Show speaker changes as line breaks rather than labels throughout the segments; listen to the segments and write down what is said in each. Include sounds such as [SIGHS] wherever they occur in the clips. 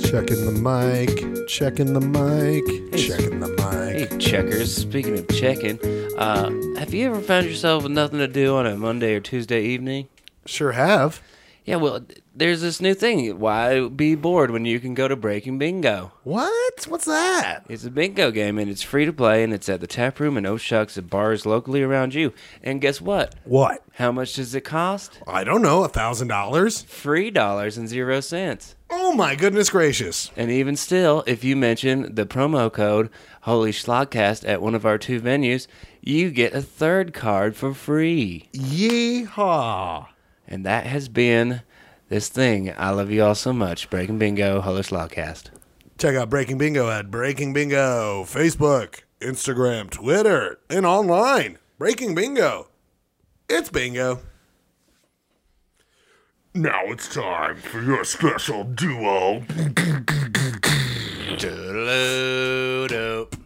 Checking the mic, checking the mic,
Hey,
checking the
Hey,
mic.
checkers. Speaking of checking, uh, have you ever found yourself with nothing to do on a Monday or Tuesday evening?
Sure have.
Yeah, well, there's this new thing. Why be bored when you can go to Breaking Bingo?
What? What's that?
It's a bingo game and it's free to play and it's at the tap room and oh shucks at bars locally around you. And guess what?
What?
How much does it cost?
I don't know, a thousand dollars?
Three dollars and zero cents.
Oh my goodness gracious.
And even still, if you mention the promo code Holy Schlogcast at one of our two venues, you get a third card for free.
Yeehaw.
And that has been this thing. I love you all so much. Breaking Bingo, Holler Slogcast. [LAUGHS]
Check out Breaking Bingo at Breaking Bingo, Facebook, Instagram, Twitter, and online. Breaking Bingo. It's bingo. Now it's time for your special duo.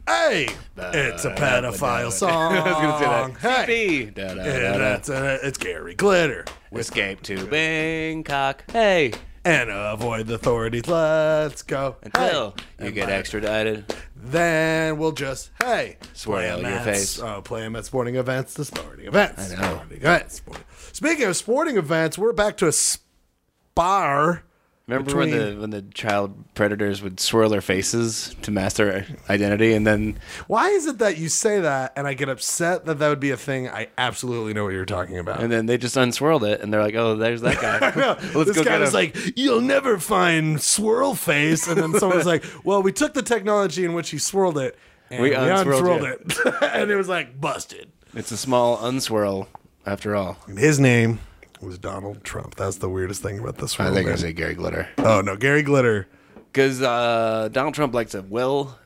Hey, it's a pedophile song. [LAUGHS] I was gonna say that. Hey, and that's, uh, it's Gary Glitter.
Escape to Bangkok. Hey,
And avoid the authorities. Let's go. Hey.
until you get extradited.
Then we'll just hey
Swear
play
out
'em
your
at,
face.
Uh, play 'em at sporting events. The sporting events.
I know.
Sporting events. Sporting. Speaking of sporting events, we're back to a spar.
Remember
Between-
when the when the child predators would swirl their faces to mask their identity, and then
Why is it that you say that and I get upset that that would be a thing? I absolutely know what you're talking about. [LAUGHS]
and then they just unswirled it, and they're like, "Oh, there's that guy." Let's
this
go
guy
get
was
him.
like, "You'll never find Swirl Face," and then someone's like, "Well, we took the technology in which he swirled it, and
We
we
unswirled
unswirled it, [LAUGHS] and it was like busted."
"It's a small unswirl, after all."
His name was Donald Trump. That's the weirdest thing about the swirl.
I think I
man.
say Gary Glitter.
oh no, Gary Glitter.
Because uh, Donald Trump likes a well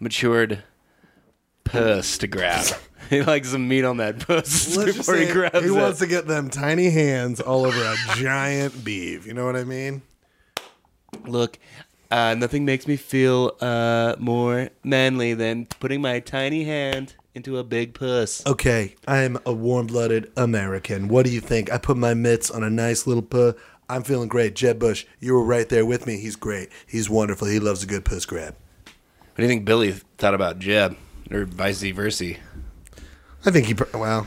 matured puss to [LAUGHS] grab. he likes some meat on that puss [LAUGHS]
Let's just
before he
say
grabs
he
it.
wants to get them tiny hands all over a [LAUGHS] giant beef. You know what I mean?
Look, uh, nothing makes me feel uh, more manly than putting my tiny hand into a big puss.
Okay, I'm a warm-blooded American. What do you think? I put my mitts on a nice little puh. I'm feeling great. Jeb Bush, you were right there with me. He's great. He's wonderful. He loves a good puss grab.
What do you think Billy thought about Jeb? Or vice versa?
I think he, pr- well,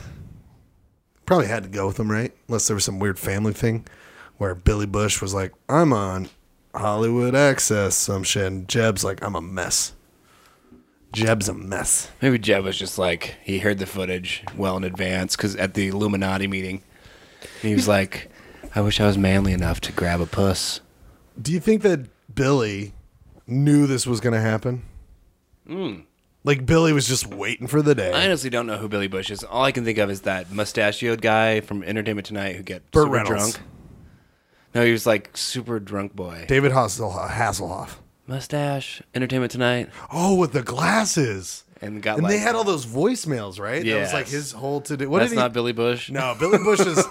probably had to go with him, right? Unless there was some weird family thing where Billy Bush was like, I'm on Hollywood Access, some shit. And Jeb's like, I'm a mess. Jeb's a mess.
Maybe Jeb was just like, he heard the footage well in advance because at the Illuminati meeting, he [LAUGHS] was like, I wish I was manly enough to grab a puss.
Do you think that Billy knew this was going to happen? Like, Billy was just waiting for the day.
Hmm. I honestly don't know who Billy Bush is. All I can think of is that mustachioed guy from Entertainment Tonight who got
Burt
super
Reynolds.
drunk. No, he was like super drunk boy.
David Hasselhoff, Hasselhoff.
Mustache, Entertainment Tonight,
Oh, with the glasses.
and got
And
like.
they had all those voicemails, right? That was
Yes.
like his whole to do. What
that's
did he?
not Billy Bush.
No, Billy Bush
[LAUGHS]
is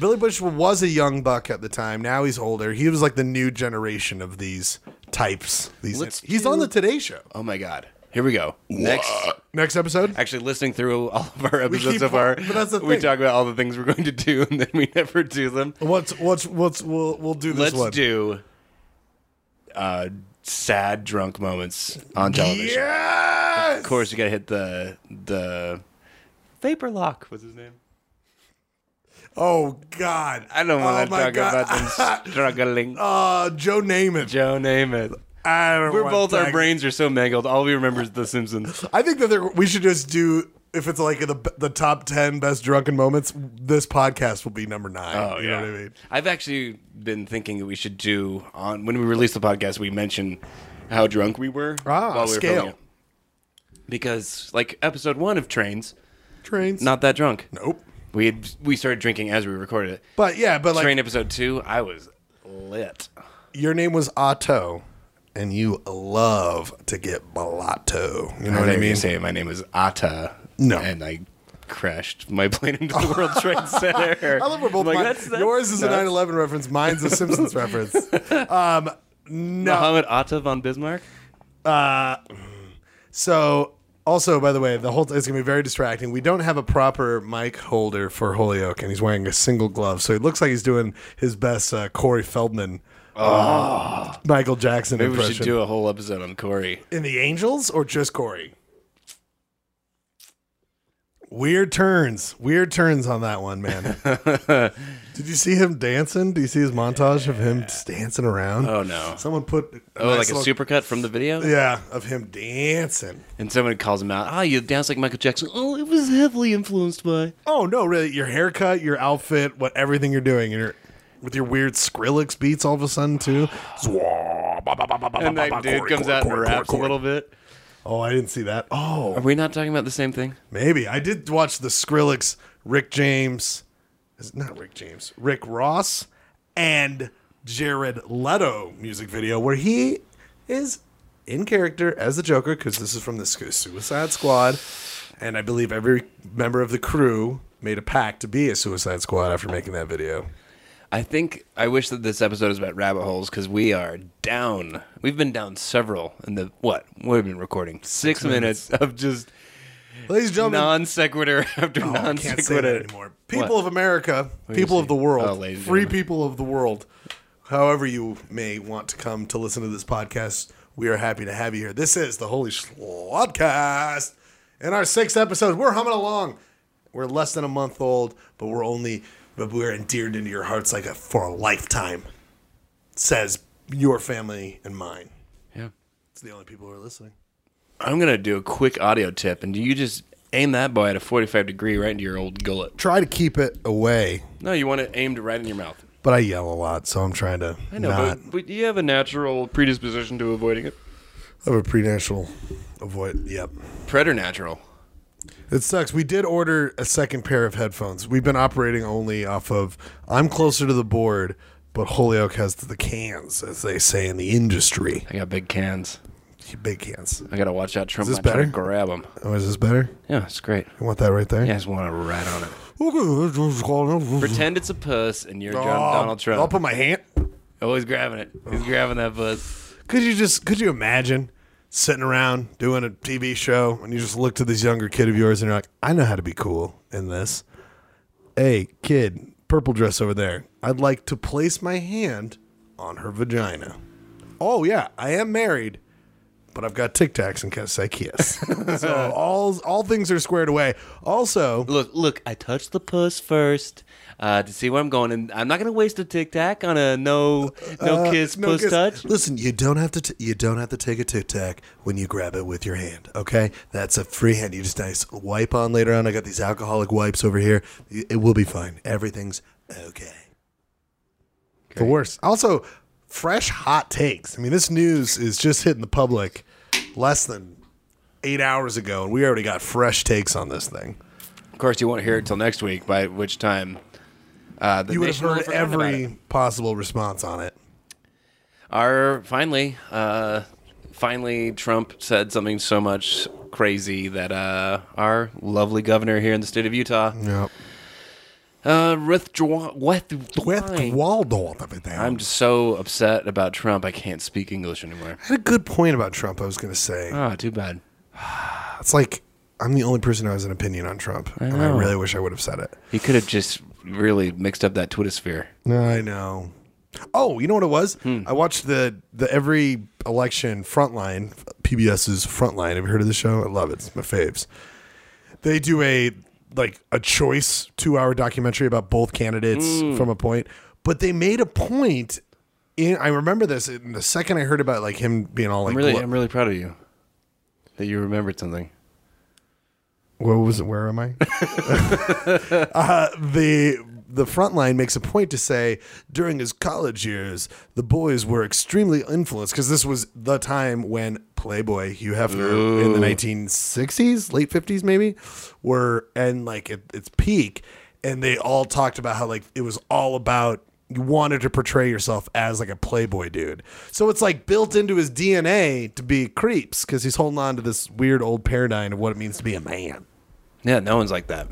Billy Bush was a young buck at the time. Now he's older. He was like the new generation of these types. These
Let's
he's on the Today Show.
Oh my God. Here we go. Next.
Next episode.
Actually, listening through all of our episodes
keep
so far,
on- but that's the
we
thing.
talk about all the things we're going to do, [LAUGHS] and then we never do them.
What's what's what's we'll we'll do this
Let's
one.
do uh, sad drunk moments on television.
yes.
Of course, you gotta hit the the vapor lock. What's his name?
Oh God.
I don't want
Oh,
to
my
talk
God.
about them struggling.
[LAUGHS] Uh, Joe Namath.
Joe Namath.
I don't
We're
want
both
that.
our brains are so mangled. All we remember is The Simpsons.
[LAUGHS] I think that there, we should just do if it's like the the top ten best drunken moments. This podcast will be number nine.
Oh,
you know what I mean.
I've actually been thinking that we should do on when we release the podcast. We mention how drunk we were
Ah,
while we were
scale.
filming it. because like episode one of Trains,
Trains.
not that drunk.
Nope.
We had we started drinking as we recorded it.
But yeah, but like
Train episode two, I was lit.
your name was Otto, and you love to get Balotto. You know what I
Whatever you
mean?
say my name is Atta.
No.
and I crashed my plane into the World
[LAUGHS]
Trade Center.
I love we're both.
Like,
mine-
that's- that's
yours is a
nuts.
9/11 reference. Mine's a
[LAUGHS]
Simpsons reference. Um, no.
Mohammed Atta von Bismarck.
So also, by the way, the whole it's gonna be very distracting. We don't have a proper mic holder for Holyoke, and he's wearing a single glove, so he looks like he's doing his best uh, Corey Feldman Michael Jackson
Ah. Maybe we
impression.
should do a whole episode on Corey.
in the Angels or just Corey? Weird turns, weird turns on that one,
[LAUGHS]
man. Did you see him dancing? Do you see his montage of him just dancing around?
Oh, no.
Someone put a
Oh,
nice
like a
little-
supercut from the video?
yeah of him dancing.
And someone calls him out. Oh, you dance like Michael Jackson. Oh, it was heavily influenced by.
Oh no, really? Your haircut, your outfit, what everything you're doing, and your with your weird Skrillex beats all of a sudden too. Zwa- ba- ba- ba- ba- ba-
[SIGHS] And
ba-
that
ba-
dude
Corey,
comes
Corey,
out and
Corey,
raps
Corey,
a little bit.
Oh, I didn't see that. Oh,
Are we not talking about the same thing?
maybe I did watch the Skrillex, Rick James, is it not Rick James, Rick Ross, and Jared Leto music video where he is in character as the Joker because this is from the Su- Suicide Squad, and I believe every member of the crew made a pact to be a Suicide Squad after making that video.
I think I wish that this episode is about rabbit holes because we are down. We've been down several in the what? We've been recording six, minutes. of just
Ladies and gentlemen,
non sequitur after
Oh, I
non
can't say that
sequitur.
anymore. People of America,
you
people of the
saying?
world,
Oh, ladies and
free
gentlemen.
people of the world, however you may want to come to listen to this podcast, we are happy to have you here. This is the Holy Schlodcast. In our sixth episode, we're humming along. We're less than a month old, but we're only, but we're endeared into your hearts like a, for a lifetime, says your family and mine.
Yeah.
It's the only people who are listening.
I'm gonna do a quick audio tip, and you just aim that boy at a 45 degree right into your old gullet.
Try to keep it away,
No, you want it aimed right in your mouth.
but I yell a lot, so I'm trying to
I know,
not.
but, but you have a natural predisposition to avoiding it.
I have a prenatural avoid. Yep.
Preternatural.
It sucks. We did order a second pair of headphones. We've been operating only off of I'm closer to the board, but Holyoke has the cans, as they say in the industry.
I got big cans.
Big cans.
I gotta watch out. Trump
this
might try to
better?
grab them.
Oh, is this better?
Yeah, it's great.
You want that right there?
You guys want to rat on it.
Okay.
Pretend it's a puss and you're
Oh,
John, Donald
I'll
Trump.
put my hand.
Oh, he's grabbing it. He's grabbing that puss.
Could you just? Could you imagine sitting around doing a TV show and you just look to this younger kid of yours and you're like, I know how to be cool in this. Hey, kid, purple dress over there. I'd like to place my hand on her vagina. Oh yeah, I am married, but I've got Tic Tacs in case I kiss. [LAUGHS] so all all things are squared away. Also,
Look, look, I touched the puss first uh, to see where I'm going. And I'm not going to waste a tic tac on a no no kiss
Uh, No,
puss
'cause-
touch.
Listen, you don't have to. T- you don't have to take a tic tac when you grab it with your hand. Okay, that's a free hand. You just nice wipe on later on. I got these alcoholic wipes over here. Y- It will be fine. Everything's okay. The worst. Also, fresh hot takes. I mean, this news is just hitting the public less than eight hours ago, and we already got fresh takes on this thing.
Of course, you won't hear it till next week, by which time uh, the
You would have
nation will
heard
forgotten about it.
every possible response on it.
Our finally, uh, finally, Trump said something so much crazy that uh, our lovely governor here in the state of Utah,
Yeah.
uh, withdraw- with-
With Waldo and everything.
I'm just so upset about Trump. I can't speak English anymore.
I had a good point about Trump. I was going to say
Ah, too bad.
it's like I'm the only person who has an opinion on Trump, and I
know.
really wish I would have said it.
He could have just really mixed up that Twitter sphere.
I know. Oh, you know what it was?
Hmm.
I watched the the every election Frontline PBS's Frontline. Have you heard of the show? I love it. It's my faves. They do a like a choice two hour documentary about both candidates
Hmm.
from a point, but they made a point. In I remember this. In the second I heard about like him being all like,
I'm really,
glo-
I'm really proud of you that you remembered something.
Where was it? Where am I? uh, the the front line makes a point to say during his college years, the boys were extremely influenced because this was the time when Playboy Hugh Hefner in the 1960s, late 50s maybe, were and like at its peak, and they all talked about how like it was all about you wanted to portray yourself as like a playboy dude. So it's like built into his DNA to be creeps because he's holding on to this weird old paradigm of what it means to be a man.
Yeah, no one's like that.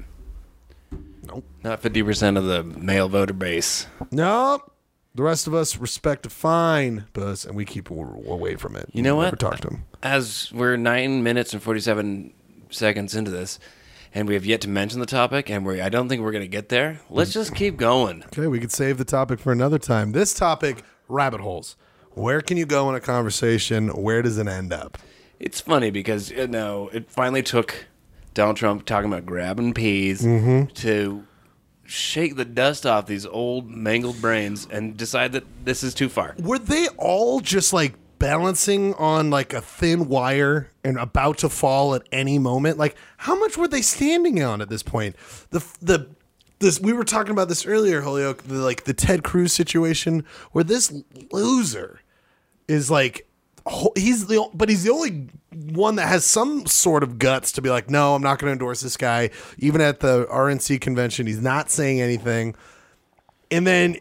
Nope.
Not 50% of the male voter base.
Nope. The rest of us respect a fine bus, and we keep w- away from it.
You know
we
what?
Never talk to him.
As we're nine minutes and 47 seconds into this, and we have yet to mention the topic, and we I don't think we're going to get there, let's just keep going.
Okay, we could save the topic for another time. This topic rabbit holes. Where can you go in a conversation? Where does it end up?
It's funny because you know it finally took Donald Trump talking about grabbing peas to shake the dust off these old mangled brains and decide that this is too far.
Were they all just like balancing on like a thin wire and about to fall at any moment? Like how much were they standing on at this point? The the this we were talking about this earlier, Holyoke, the, like the Ted Cruz situation where this loser is like ho- he's the o- but he's the only one that has some sort of guts to be like no i'm not going to endorse this guy even at the rnc convention he's not saying anything and then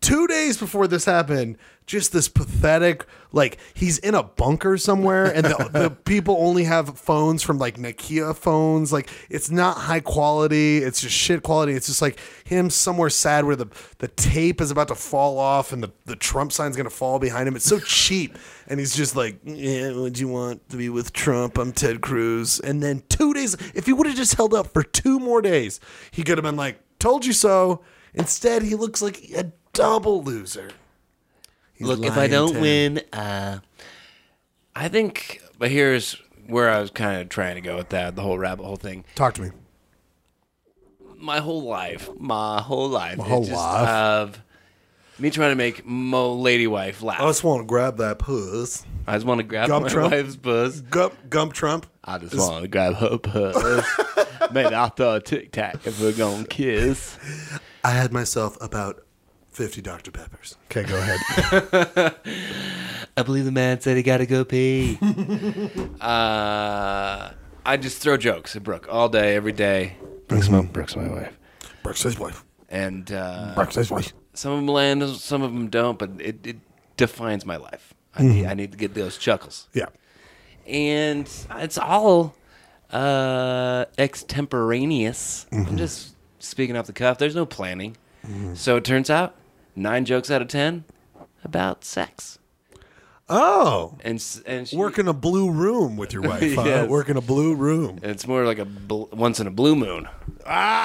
two days before this happened, just this pathetic, like he's in a bunker somewhere, and the, the people only have phones from like Nokia phones. Like it's not high quality. It's just shit quality. It's just like him somewhere sad where the the tape is about to fall off and the the Trump sign's gonna fall behind him. It's so cheap, and he's just like, yeah, "Would you want to be with Trump? I'm Ted Cruz." And then two days, if he would have just held up for two more days, he could have been like, "Told you so." Instead, he looks like a double loser. He's
Look, if I
lying
don't
to him.
win, uh, I think. But here's where I was kind of trying to go with that, the whole rabbit hole thing.
talk to me.
My whole life, my whole life, my
whole life.
of me trying to make mo lady wife laugh.
I just want to grab that puss.
I just want to grab
Gump
my
Trump?
wife's buzz.
Gump, Gump Trump.
I just want to grab her [LAUGHS] puss. Man, I thought a tic tac if we're gonna kiss.
I had myself about 50 Dr. Peppers. Okay, go [LAUGHS] ahead.
I believe the man said he gotta go pee. [LAUGHS] uh, I just throw jokes at Brooke all day, every day. Brooke's my, Brooke's my wife,
Burke's his Mm-hmm. wife.
and uh,
Burke's his wife.
some of them land, some of them don't, but it, it defines my life. I,
Mm-hmm.
need, I need to get those chuckles,
Yeah.
and it's all uh, extemporaneous.
Mm-hmm.
I'm just speaking off the cuff. There's no planning, so it turns out nine jokes out of ten about sex,
Oh,
and s- and she,
work in a blue room with your [LAUGHS] wife. huh?
Yes.
Work in a blue room.
It's more like a bl- once in a blue moon.
[LAUGHS]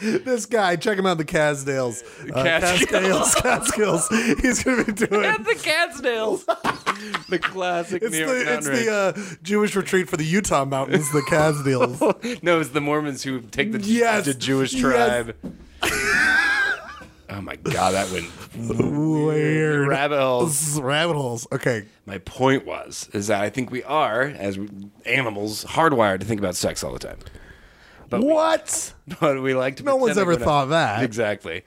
This guy, check him out, the Casdales. Uh,
Catskills.
[LAUGHS] Casdales, Catskills. He's going to be doing.
the cat's nails. [LAUGHS] the classic
It's
New York
the, it's
mountain
the uh, Jewish retreat for the Utah mountains, [LAUGHS] the Casdales.
range. [LAUGHS] No, it's the Mormons who take the,
Yes,
the Jewish
yes.
tribe. [LAUGHS] oh my God, that went
Weird.
rabbit holes.
Rabbit holes. Okay.
My point was is that I think we are, as animals, hardwired to think about sex all the time. [LAUGHS] But we-
What?
but we like to.
No
pretend
one's
like
ever
we're not-
thought that.
exactly.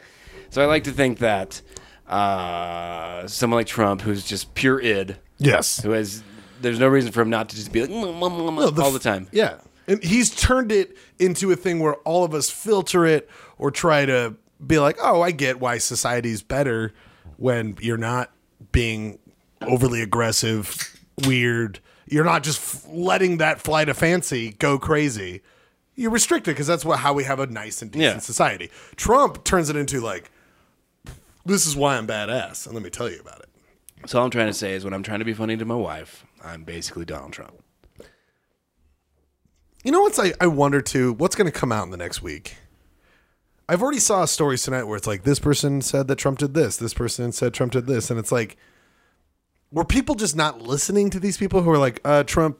So I like to think that uh, someone like Trump, who's just pure id,
Yes.
who has there's no reason for him not to just be like "Mm, mm, mm, mm," all the time.
Yeah. And he's turned it into a thing where all of us filter it or try to be like, oh, I get why society's better when you're not being overly aggressive, weird. You're not just f- letting that flight of fancy go crazy. You're restricted because that's what how we have a nice and decent
Yeah.
society. Trump turns it into like, this is why I'm badass, and let me tell you about it.
So all I'm trying to say is when I'm trying to be funny to my wife, I'm basically Donald Trump.
You know what's I, I wonder too, what's gonna come out in the next week? I've already saw stories tonight where it's like this person said that Trump did this, this person said Trump did this, and it's like were people just not listening to these people who are like, uh, Trump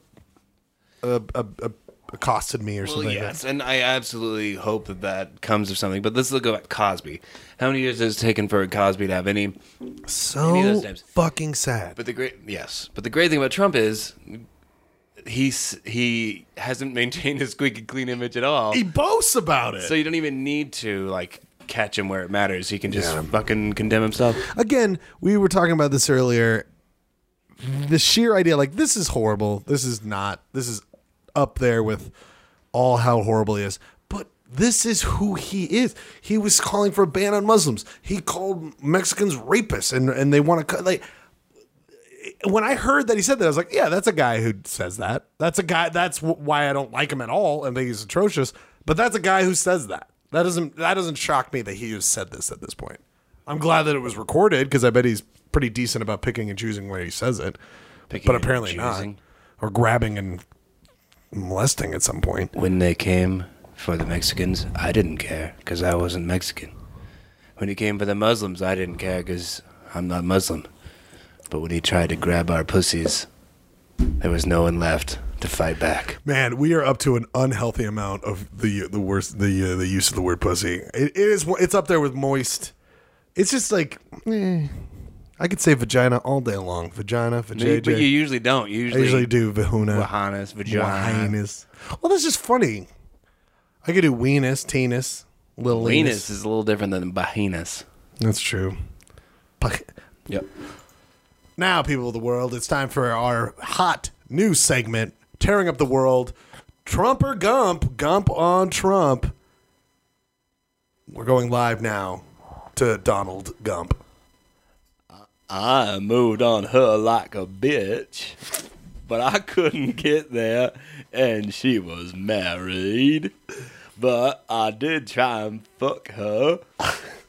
uh, uh, uh, accosted me or
Well,
something? like that?
yes, and I absolutely hope that that comes of something. But let's look at Cosby. How many years has it taken for Cosby to have any? Maybe those
So
names.
fucking sad.
But the great yes, but the great thing about Trump is he's he hasn't [LAUGHS] maintained his squeaky clean image at all.
he boasts about it.
So you don't even need to like catch him where it matters. He can just
Yeah.
fucking condemn himself.
again, we were talking about this earlier. The sheer idea, like this is horrible. This is not. This is up there with all how horrible he is. But this is who he is. He was calling for a ban on Muslims. He called Mexicans rapists, and and they want to cut like. When I heard that he said that, I was like, "Yeah, that's a guy who says that. That's a guy. That's wh- why I don't like him at all and think he's atrocious. But that's a guy who says that. That doesn't that doesn't shock me that he has said this at this point. I'm glad that it was recorded because I bet he's pretty decent about picking and choosing where he says it.
Picking
but
and
apparently not,
choosing.
or grabbing and molesting at some point.
When they came for the Mexicans, I didn't care because I wasn't Mexican. When he came for the Muslims, I didn't care because I'm not Muslim. But when he tried to grab our pussies, there was no one left to fight back.
Man, we are up to an unhealthy amount of the the worst the uh, the use of the word pussy. It, it is it's up there with moist. It's just like eh. I could say vagina all day long. Vagina,
But you,
vajayjay.
but you usually don't. You
I
usually,
usually do vahuna,
Wahanas, vagina.
vaginas. Well, that's just funny. I could do weenus, teenus, little
Venus
anus.
is a little different than vaginas.
That's true. Puck-
Yep.
Now, people of the world, it's time for our hot news segment, tearing up the world. Trump or Gump, Gump on Trump. We're going live now to Donald Gump.
I moved on her like a bitch, but I couldn't get there, and she was married. But I did try and fuck her.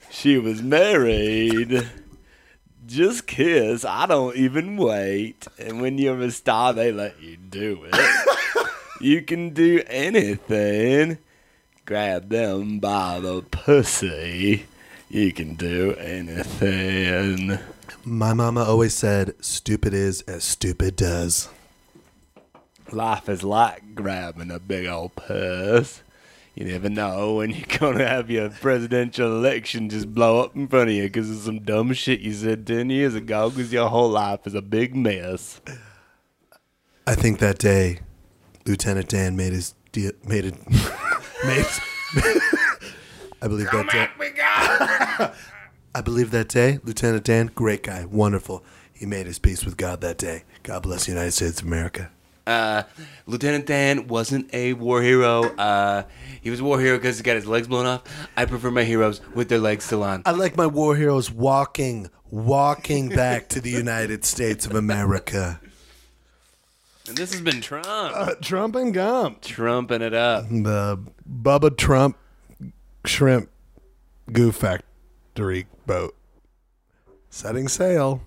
She was married. Just kiss. I don't even wait. And when you're a star, they let you do it. you can do anything. Grab them by the pussy. You can do anything.
My mama always said, stupid is as stupid does.
Life is like grabbing a big old purse. You never know when you're going to have your presidential election just blow up in front of you because of some dumb shit you said 10 years ago because your whole life is a big mess.
I think that day, Lieutenant Dan made his. De- made it. [LAUGHS] made. I believe that day. [LAUGHS] I believe that day, Lieutenant Dan, great guy, wonderful. He made his peace with God that day. God bless the United States of America.
Uh, Lieutenant Dan wasn't a war hero. Uh, he was a war hero because he got his legs blown off. I prefer my heroes with their legs still on.
I like my war heroes walking, walking back to the United States of [LAUGHS] America.
And this has been Trump.
Uh, Trump and Gump.
Trumping it up.
The Bubba Trump shrimp goo factory boat setting sail.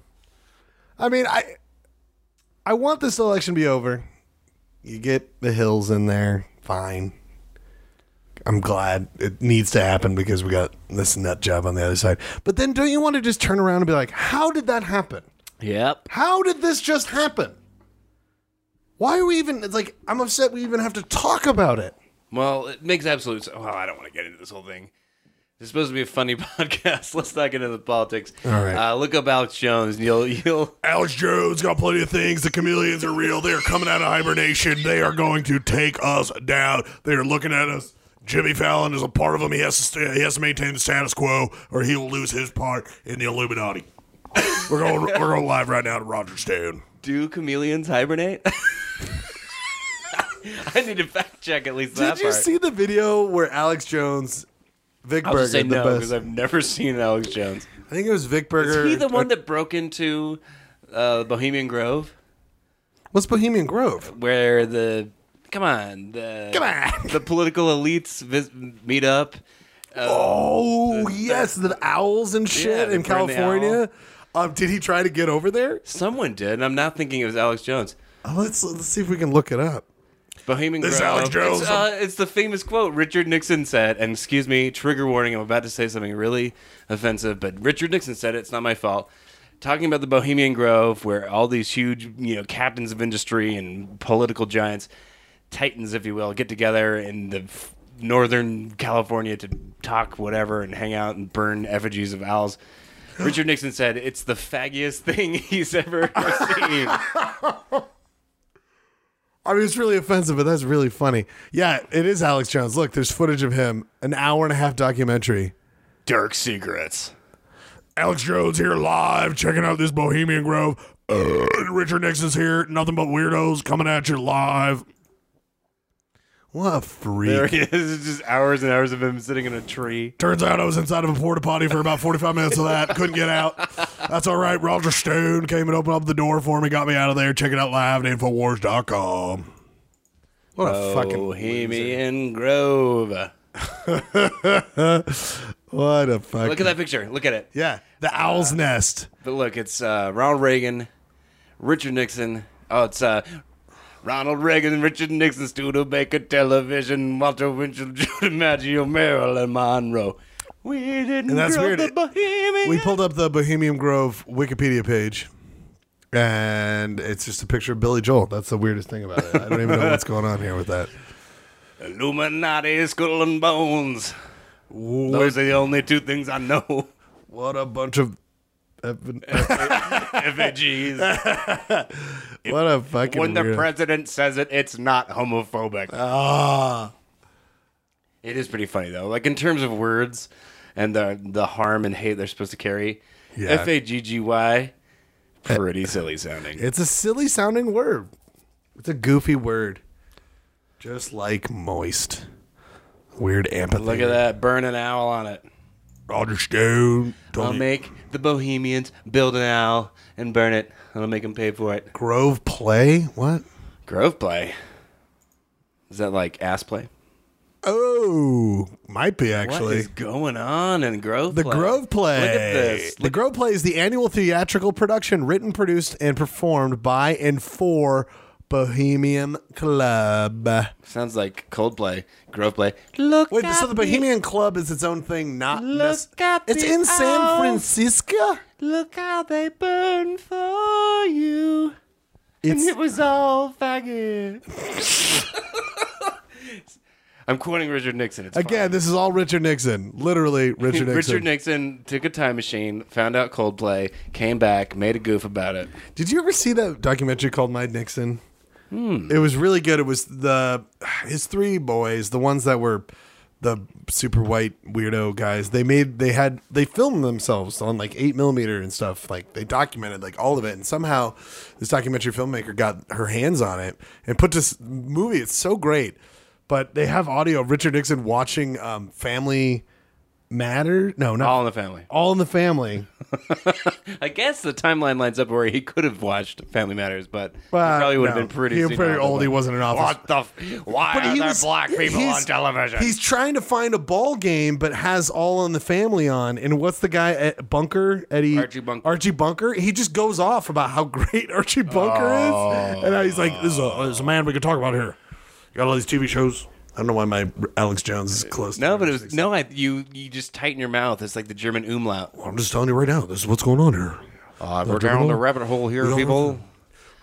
I mean, I I want this election to be over. You get the hills in there, fine. I'm glad it needs to happen because we got this nut job on the other side. But then don't you want to just turn around and be like, how did that happen?
Yep.
How did this just happen? Why are we even it's like I'm upset we even have to talk about it.
Well, it makes absolute sense. Well, I don't want to get into this whole thing. It's supposed to be a funny [LAUGHS] podcast. Let's not get into the politics. All
right.
Uh, look up Alex Jones. And you'll you'll
Alex Jones got plenty of things. The chameleons are real. They are coming out of hibernation. They are going to take us down. They are looking at us. Jimmy Fallon is a part of them. He has to stay, he has to maintain the status quo, or he will lose his part in the Illuminati. we're going we're going live right now to Roger Stone.
do chameleons hibernate. [LAUGHS] I need to fact check at least that part.
the video where Alex Jones, Vic
I'll just say no because I've never seen Alex Jones.
I think it was Vic
Is
Berger. uh,
he the one that broke into uh, Bohemian Grove
What's Bohemian Grove?
where the come on the
Come on.
[LAUGHS] the political elites vis- meet up?
Oh yes, the owls and shit
they
in
burned the
California. Um, did he try to get over there?
Someone did, and I'm now thinking it was Alex Jones.
Uh, Let's let's see if we can look it up.
Bohemian
This is
Grove.
Alex Jones.
It's, uh, it's the famous quote Richard Nixon said, and excuse me, trigger warning, I'm about to say something really offensive, but Richard Nixon said it, it's not my fault. Talking about the Bohemian Grove, where all these huge, you know, captains of industry and political giants, titans, if you will, get together in the f- northern California to talk whatever and hang out and burn effigies of
[GASPS]
owls. Richard Nixon said it's the faggiest [LAUGHS] thing
[LAUGHS]
he's ever seen.
I mean, it's really offensive, but that's really funny. Yeah, it is Alex Jones. Look, there's footage of him, an hour and a half documentary.
Dark secrets.
Alex Jones here live, checking out this Bohemian Grove. Uh, Richard Nixon's here. Nothing but weirdos coming at you live. What a freak!
There he is. It's just hours and hours of him sitting in a tree.
Turns out I was inside of a porta potty for about 45 minutes of that. Couldn't get out. That's all right. Roger Stone came and opened up the door for me, got me out of there. Check it out live at Infowars.com. What a fucking.
Oh, Bohemian Grove. Look
What a fucking.
at that picture. Look at it.
Yeah. The Owl's Nest.
But look, it's uh, Ronald Reagan, Richard Nixon. Oh, it's uh, Ronald Reagan, Richard Nixon, [LAUGHS] Studebaker Television, Walter Winchell, Joe DiMaggio, Marilyn Monroe. We didn't
And that's
grow
weird.
the
It-
bohemian.
We pulled up the Bohemian Grove Wikipedia page, and it's just a picture of Billy Joel. That's the weirdest thing about it. I don't even know what's going on here with [LAUGHS] that.
Illuminati, skull and bones. Those are the only two things
[LAUGHS]
I know.
What a bunch of. What
effigies.
a fucking.
when the
weirdo.
president says it, it's not homophobic.
Ah.
It is pretty funny though. Like in terms of words and the the harm and hate they're supposed to carry.
Yeah.
F A G G Y. Pretty silly sounding.
It's a silly sounding word. It's a goofy word. Just like moist. Weird empathy.
Look at that, burn an owl on it.
Roger Stone.
I'll
Tony
make the Bohemians build an owl and burn it, and I'll make them pay for it.
Grove play? What?
Grove play. Is that like ass play?
Oh, might be
What
actually.
is going on in Grove?
The
play?
Grove Play.
Look at this.
The Grove Play is the annual theatrical production written, produced, and performed by and for Bohemian Club.
Sounds like Coldplay, Grove Play. Look
Wait,
at
so the Bohemian Club is its own thing, not
Look
nec-
at Oh.
It's
the
in San
owl.
Francisco.
Look how they burn for you.
It's
and it was all faggot. I'm quoting Richard Nixon. It's
Again, this is all Richard Nixon. Literally,
fine.
Richard Nixon.
Richard Nixon took a time machine, found out Coldplay, came back, made a goof about it.
Did you ever see that documentary called My Nixon? It was really good. It was the his three boys, the ones that were the super white weirdo guys. They made they had they filmed themselves on like eight millimeter and stuff. Like they documented like all of it, and somehow this documentary filmmaker got her hands on it and put this movie. It's so great, but they have audio of Richard Nixon watching um, Family Matter. No, not
All in the family.
all in the Family.
I guess the timeline lines up where he could have watched Family Matters, but he
Well,
probably would have
no.
been pretty.
He was
senile,
pretty old.
but-
He wasn't in office.
What the? F- why are there black people
he's-
on television?
He's trying to find a ball game, but has All in the Family on. And what's the guy at Bunker? Eddie
Archie Bunker.
Archie Bunker. He just goes off about how [LAUGHS] great Archie Bunker is, and he's like, "This is, a, this is a man we can talk about here." You got all these TV shows. I don't know why my Alex Jones is close.
no,
to
but it was no. I, you you just tighten your mouth. It's like the German umlaut.
I'm just telling you right now. This is what's going on here.
Uh, we're down the
um-
rabbit hole here, people.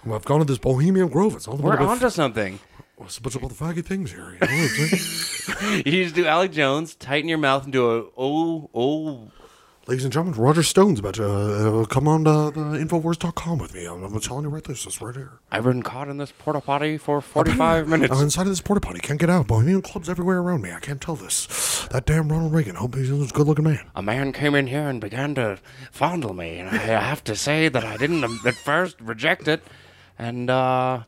I've gone to this Bohemian Grove. It's all
We're
about a,
onto something.
it's a bunch of all the faggot things here. You know? It's
You just do Alec Jones, tighten your mouth, and do a oh oh.
like, Ladies and gentlemen, Roger Stone's about to uh, come on to the Infowars.com with me. I'm, I'm telling you right this. It's right here.
I've been caught in this porta potty for [LAUGHS] forty-five
I'm
minutes.
inside of this porta potty. Can't get out. Bohemian clubs everywhere around me. I can't tell this. That damn Ronald Reagan. Hope he's a good looking man.
A man came in here and began to fondle me, and I have to say that I didn't um, at first reject it, and uh,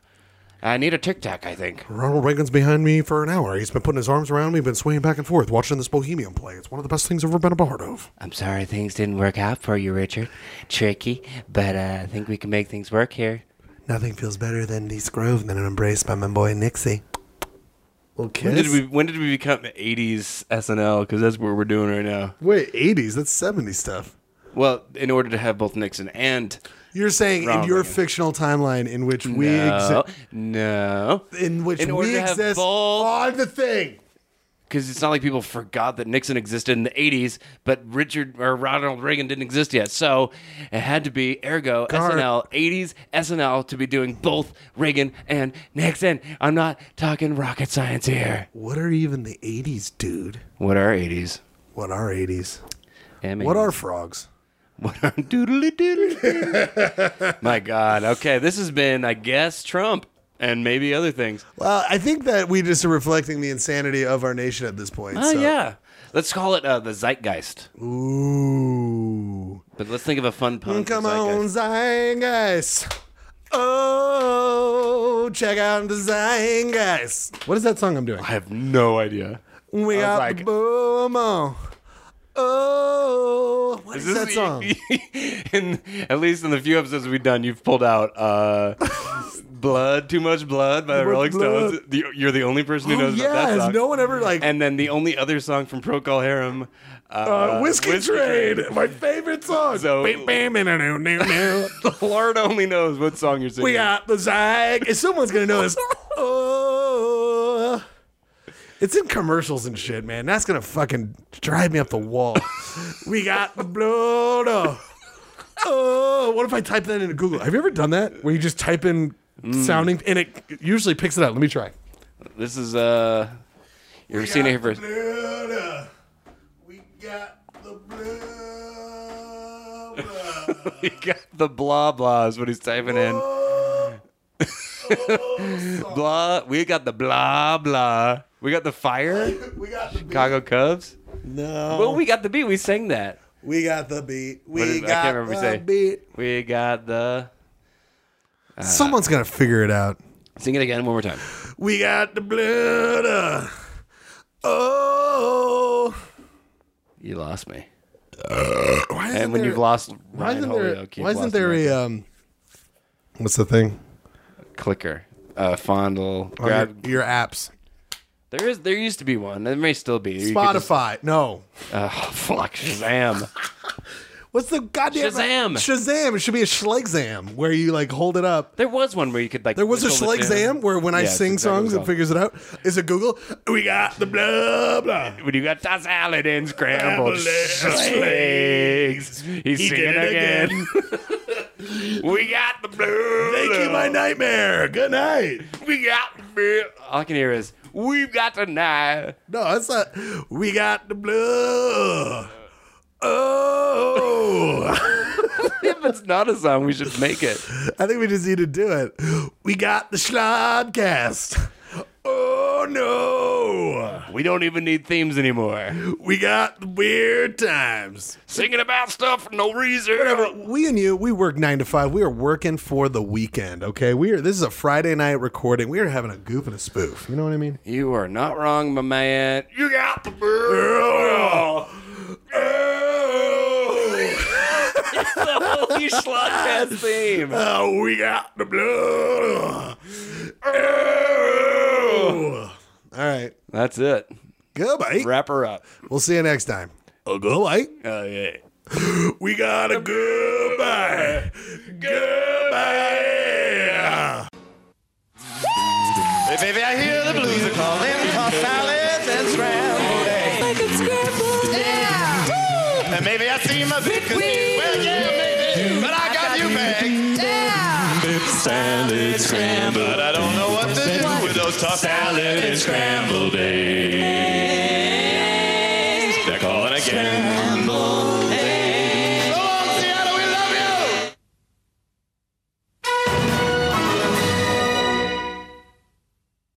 I need a tic tac. I think
Ronald Reagan's behind me for an hour. He's been putting his arms around me, been swaying back and forth, watching this Bohemian play. It's one of the best things I've ever been a part of.
I'm sorry things didn't work out for you, Richard. Tricky, but uh, I think we can make things work here.
Nothing feels better than these Grove than an embrace by my boy Nixie. Well,
When
kiss.
did we when did we become '80s SNL? Because that's what we're doing right now.
Wait, 80s. That's 70s stuff.
Well, in order to have both Nixon and
You're saying
Ronald
in your
Reagan.
fictional timeline in which we
no,
exist,
uh, no,
in which
In order
we
to have
exist
both-
on the thing.
because it's not like people forgot that Nixon existed in the '80s, but Richard or Ronald Reagan didn't exist yet. So it had to be ergo SNL '80s SNL to be doing both Reagan and Nixon. I'm not talking rocket science here.
What are even the 80s, dude?
What are '80s?
What are 80s?
Emmys.
What are frogs?
what are doodly doodly? [LAUGHS] My God. Okay, this has been, I guess, Trump and maybe other things.
Well, I think that we just are reflecting the insanity of our nation at this point.
Oh
so-
yeah. Let's call it uh, the zeitgeist.
Ooh.
But let's think of a fun pun. for
Come
zeitgeist.
on, Zeitgeist. Oh, check out the Zeitgeist. What is that song I'm doing?
I have no idea.
We got
like-
the boom on. Oh, what is,
This
that
is-
song?
[LAUGHS] in, at least in the few episodes we've done, you've pulled out uh,
[LAUGHS]
"Blood, Too Much Blood" by the
Much
Rolling
Blood.
Stones. The- you're the only person who
Oh,
knows about that
yes,
song.
no one ever like
and then the only other song from Procol Harum, uh,
uh, whiskey, Trade, my favorite song.
So-
bam, bam, and a new, new, new.
[LAUGHS] Lord only knows what song you're singing. [LAUGHS]
We got the Zag. If someone's gonna know this, oh, It's in commercials and shit, man. That's gonna fucking drive me up the
[LAUGHS]
wall. we got the blood up. Oh, what if I type that into Google? Have you ever done that? Where you just type in
Mm.
sounding and it usually picks it up. Let me try.
This is uh, you ever seen it here first? [LAUGHS]
Blood up. We got the blood up.
He got the blah blah is what he's typing in. blah. We got the blah blah. We got the fire.
We got the beat.
Chicago Cubs.
No.
Well, we got the beat. We sang that.
we got the beat.
What
We
is- I
got
can't
the
remember what we say. Uh,
beat.
We got the.
Someone's gonna figure it out.
Sing it again one more time.
We got the blood. uh, Oh.
You lost me.
Why isn't
And when
there-
you've lost
why
Ryan
isn't there,
Holyoke, you've
why isn't
lost
there
me.
a um, what's the thing?
clicker, uh, fondle,
On your-
grab?
your, apps,
There is. There used to be one. There may still be. You could just-
Spotify. no,
oh, [LAUGHS] fuck, Shazam.
what's the goddamn
Shazam.
Shazam. It should be a Schlegzam where you like hold it up.
there was one where you could like.
There was a Schlegzam where when I
Yeah, it's
sing
exactly
songs,
what
it
it's
figures it out. Is it Google? We got the blah blah.
When you got the salad and scrambled
Scrambled
legs, he's
He did
singing
it
again. [LAUGHS] we got the blue.
Thank you, my nightmare. Good night.
We got the blue. All I can hear is we've got the night.
No, that's not. We got the blue. Oh,
[LAUGHS]
[LAUGHS]
if it's not a song, we should make it.
I think we just need to do it. We got the Schlodcast. Oh no,
We don't even need themes anymore.
we got the weird times.
Singing about stuff for no reason.
We and you, we work nine to five. We are working for the weekend. Okay, we are. This is a Friday night recording. We are having a goof and a spoof. You know what I mean?
You are not wrong, my man.
[LAUGHS]
You got the
Oh.
blue.
Oh,
the holy slugfest theme.
oh we got the blue. Oh. All right.
That's it.
Goodbye.
Wrap her up.
We'll see you next time. A goodbye.
Oh yeah.
We got a goodbye. Goodbye.
Hey, baby, I hear the blues are calling for salads and scrambled eggs.
Yeah.
And maybe I see my big
Wee.
Well, yeah, maybe. But I got you back.
Yeah.
Salad, scrambled,
But I don't know what to do with those tough salads.
and scrambled eggs.